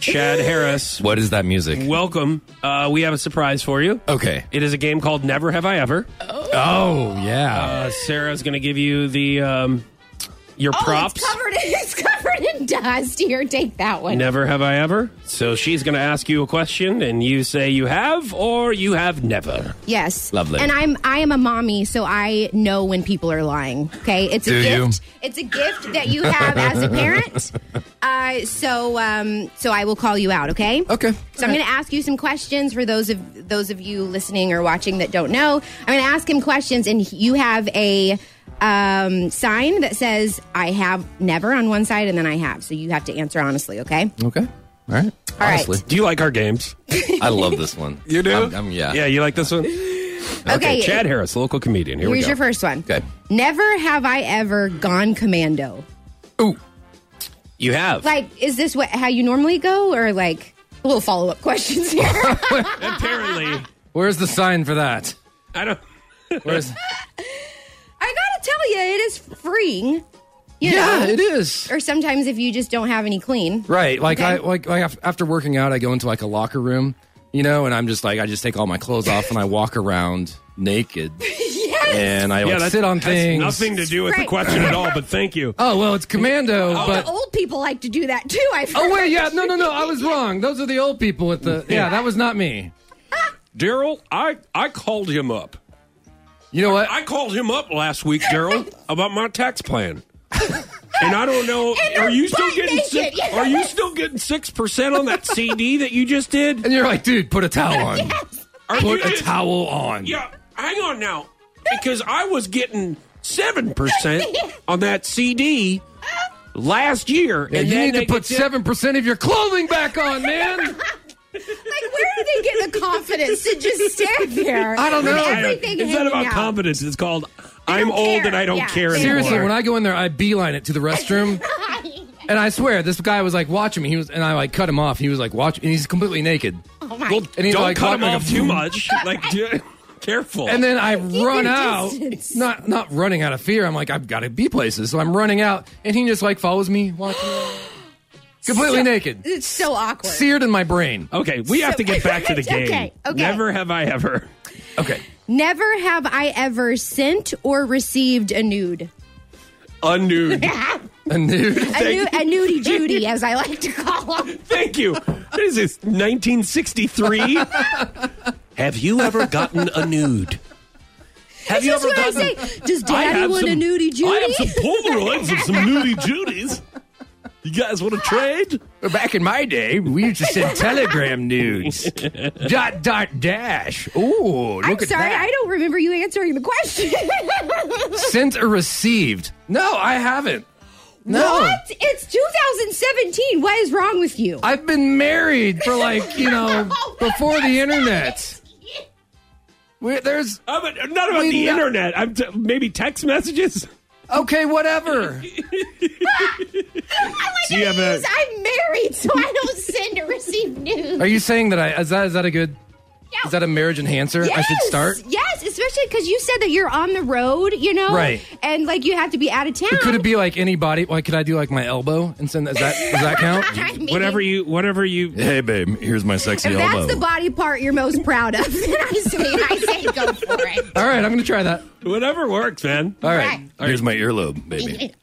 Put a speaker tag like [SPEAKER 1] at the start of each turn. [SPEAKER 1] Chad Harris.
[SPEAKER 2] What is that music?
[SPEAKER 1] Welcome. Uh, we have a surprise for you.
[SPEAKER 2] Okay.
[SPEAKER 1] It is a game called Never Have I Ever.
[SPEAKER 2] Oh, yeah.
[SPEAKER 1] Uh, Sarah's going to give you the um, your
[SPEAKER 3] Oh,
[SPEAKER 1] props.
[SPEAKER 3] It's covered, it's covered in dust. Here, take that one.
[SPEAKER 1] Never have I ever. So she's going to ask you a question, and you say you have or you have never.
[SPEAKER 3] Yes.
[SPEAKER 2] Lovely.
[SPEAKER 3] And I'm I am a mommy, so I know when people are lying. Okay. It's a
[SPEAKER 2] Do you?
[SPEAKER 3] gift. It's a gift that you have as a parent. Uh, so um, so I will call you out, okay?
[SPEAKER 2] Okay.
[SPEAKER 3] So I'm gonna ask you some questions for those of those of you listening or watching that don't know. I'm gonna ask him questions and you have a um, sign that says I have never on one side and then I have. So you have to answer honestly, okay?
[SPEAKER 2] Okay. All right.
[SPEAKER 3] All right.
[SPEAKER 2] Honestly,
[SPEAKER 1] Do you like our games?
[SPEAKER 2] I love this one.
[SPEAKER 1] You do?
[SPEAKER 2] I'm, I'm- yeah.
[SPEAKER 1] Yeah, you like this one?
[SPEAKER 3] Okay.
[SPEAKER 1] Chad Harris, local comedian. Here we
[SPEAKER 3] Here's
[SPEAKER 1] go.
[SPEAKER 3] your first one.
[SPEAKER 2] Okay.
[SPEAKER 3] Never have I ever gone commando.
[SPEAKER 2] Ooh.
[SPEAKER 1] you have.
[SPEAKER 3] Like, is this what how you normally go, or like a little follow up questions here?
[SPEAKER 1] Apparently,
[SPEAKER 2] Where's the sign for that?
[SPEAKER 1] I don't.
[SPEAKER 2] Where's?
[SPEAKER 3] I gotta tell you, it is freeing. You
[SPEAKER 2] yeah,
[SPEAKER 3] know?
[SPEAKER 2] it is.
[SPEAKER 3] Or sometimes if you just don't have any clean.
[SPEAKER 2] Right. Like
[SPEAKER 3] Okay.
[SPEAKER 2] I like like af- after working out, I go into like a locker room, you know, and I'm just like I just take all my clothes off and I walk around naked
[SPEAKER 3] Yes.
[SPEAKER 2] and I
[SPEAKER 1] yeah,
[SPEAKER 2] like
[SPEAKER 1] that's,
[SPEAKER 2] sit on
[SPEAKER 1] that's
[SPEAKER 2] things.
[SPEAKER 1] nothing to do with the
[SPEAKER 3] Right.
[SPEAKER 1] question at all, but thank you.
[SPEAKER 2] Oh well, it's commando,
[SPEAKER 3] the
[SPEAKER 2] but
[SPEAKER 3] old people like to do that too. I
[SPEAKER 2] oh wait, yeah, no, no, no, I was wrong. Those are the old people with the yeah. That was not me.
[SPEAKER 1] Daryl, I, I called him up.
[SPEAKER 2] You know what?
[SPEAKER 1] I called him up last week, Daryl, about my tax plan. And I don't know.
[SPEAKER 3] And
[SPEAKER 1] Are
[SPEAKER 3] they're
[SPEAKER 1] you still
[SPEAKER 3] butt
[SPEAKER 1] getting?
[SPEAKER 3] naked,
[SPEAKER 1] Six,
[SPEAKER 3] yes.
[SPEAKER 1] Are you still getting six percent on that CD that you just did?
[SPEAKER 2] And you're like, dude, put a towel on.
[SPEAKER 1] Are you
[SPEAKER 2] Put a
[SPEAKER 1] just-
[SPEAKER 2] towel on.
[SPEAKER 1] Yeah, hang on now, because I was getting seven percent on that CD last year,
[SPEAKER 2] Yeah,
[SPEAKER 1] and
[SPEAKER 2] you
[SPEAKER 1] then
[SPEAKER 2] need to
[SPEAKER 1] they
[SPEAKER 2] put
[SPEAKER 1] get-
[SPEAKER 2] seven percent of your clothing back on, man.
[SPEAKER 3] Like, where do they get the confidence to just stand there?
[SPEAKER 2] I don't know.
[SPEAKER 3] with
[SPEAKER 2] I don't-
[SPEAKER 3] Everything
[SPEAKER 1] It's not
[SPEAKER 3] hanging
[SPEAKER 1] about
[SPEAKER 3] out?
[SPEAKER 1] confidence. It's called I'm
[SPEAKER 3] don't
[SPEAKER 1] old
[SPEAKER 3] care.
[SPEAKER 1] and I don't
[SPEAKER 3] Yeah.
[SPEAKER 1] care anymore.
[SPEAKER 2] Seriously, when I go in there, I beeline it to the restroom. And I swear, this guy was like watching me. He was, and I like cut him off. He was like watching, and he's completely naked.
[SPEAKER 3] Oh my.
[SPEAKER 1] well,
[SPEAKER 2] And he's
[SPEAKER 1] don't
[SPEAKER 2] like,
[SPEAKER 1] cut him
[SPEAKER 2] like a-
[SPEAKER 1] off too much. Like, do- careful.
[SPEAKER 2] And then I run
[SPEAKER 3] your
[SPEAKER 2] out,
[SPEAKER 3] distance.
[SPEAKER 2] not not running out of fear. I'm like, I've got to be places, so I'm running out, and he just like follows me, walking around. completely naked,
[SPEAKER 3] It's so awkward.
[SPEAKER 2] seared in my brain. Oh,
[SPEAKER 1] Okay, we have
[SPEAKER 3] So-
[SPEAKER 1] to get back to the game.
[SPEAKER 3] Okay, okay.
[SPEAKER 1] Never have I ever.
[SPEAKER 2] Okay,
[SPEAKER 3] Never have I ever sent or received a nude.
[SPEAKER 1] A nude.
[SPEAKER 2] and dude,
[SPEAKER 3] A, nu- a nudie Judy, as I like to call them.
[SPEAKER 1] Thank you. What is this, 1963? have you ever gotten a nude? Have you
[SPEAKER 3] That's
[SPEAKER 1] ever
[SPEAKER 3] what I
[SPEAKER 1] gotten
[SPEAKER 3] say. Does
[SPEAKER 1] I
[SPEAKER 3] Daddy
[SPEAKER 1] have
[SPEAKER 3] want a
[SPEAKER 1] some-
[SPEAKER 3] nudie Judy?
[SPEAKER 1] I have some Polaroids of some nudie Judies. You guys want to trade?
[SPEAKER 2] back in my day, we used to send telegram nudes. dot dot dash. Ooh, look
[SPEAKER 3] I'm
[SPEAKER 2] at
[SPEAKER 3] sorry,
[SPEAKER 2] that.
[SPEAKER 3] I don't remember you answering the question.
[SPEAKER 2] sent or received. No, I haven't. No.
[SPEAKER 3] What? It's 2017. What is wrong with you?
[SPEAKER 2] I've been married for like, you know,
[SPEAKER 3] No,
[SPEAKER 2] before
[SPEAKER 3] that's
[SPEAKER 2] the
[SPEAKER 3] not
[SPEAKER 2] internet. we there's
[SPEAKER 1] I'm a- Uh, not about
[SPEAKER 2] We
[SPEAKER 1] the
[SPEAKER 2] not-
[SPEAKER 1] internet. I'm t- maybe text messages.
[SPEAKER 2] okay, whatever.
[SPEAKER 1] Do you have a?
[SPEAKER 3] I'm married, so I don't send or receive news.
[SPEAKER 2] Are you saying that I is that is that a good is that a marriage enhancer? I should start.
[SPEAKER 3] Yes, especially because you said that you're on the road, you know,
[SPEAKER 2] Right.
[SPEAKER 3] And like you have to be out of town.
[SPEAKER 2] Could it be like anybody? Like, could I do like my elbow and send? Is that does that count?
[SPEAKER 3] I mean,
[SPEAKER 1] Whatever you, whatever you.
[SPEAKER 2] hey, babe, here's my sexy
[SPEAKER 3] If that's the body part you're most proud of, then I say, I say, go for it.
[SPEAKER 2] All right, I'm gonna try that.
[SPEAKER 1] Whatever works, man.
[SPEAKER 2] All
[SPEAKER 3] Right.
[SPEAKER 2] right,
[SPEAKER 1] Here's
[SPEAKER 2] my earlobe, baby.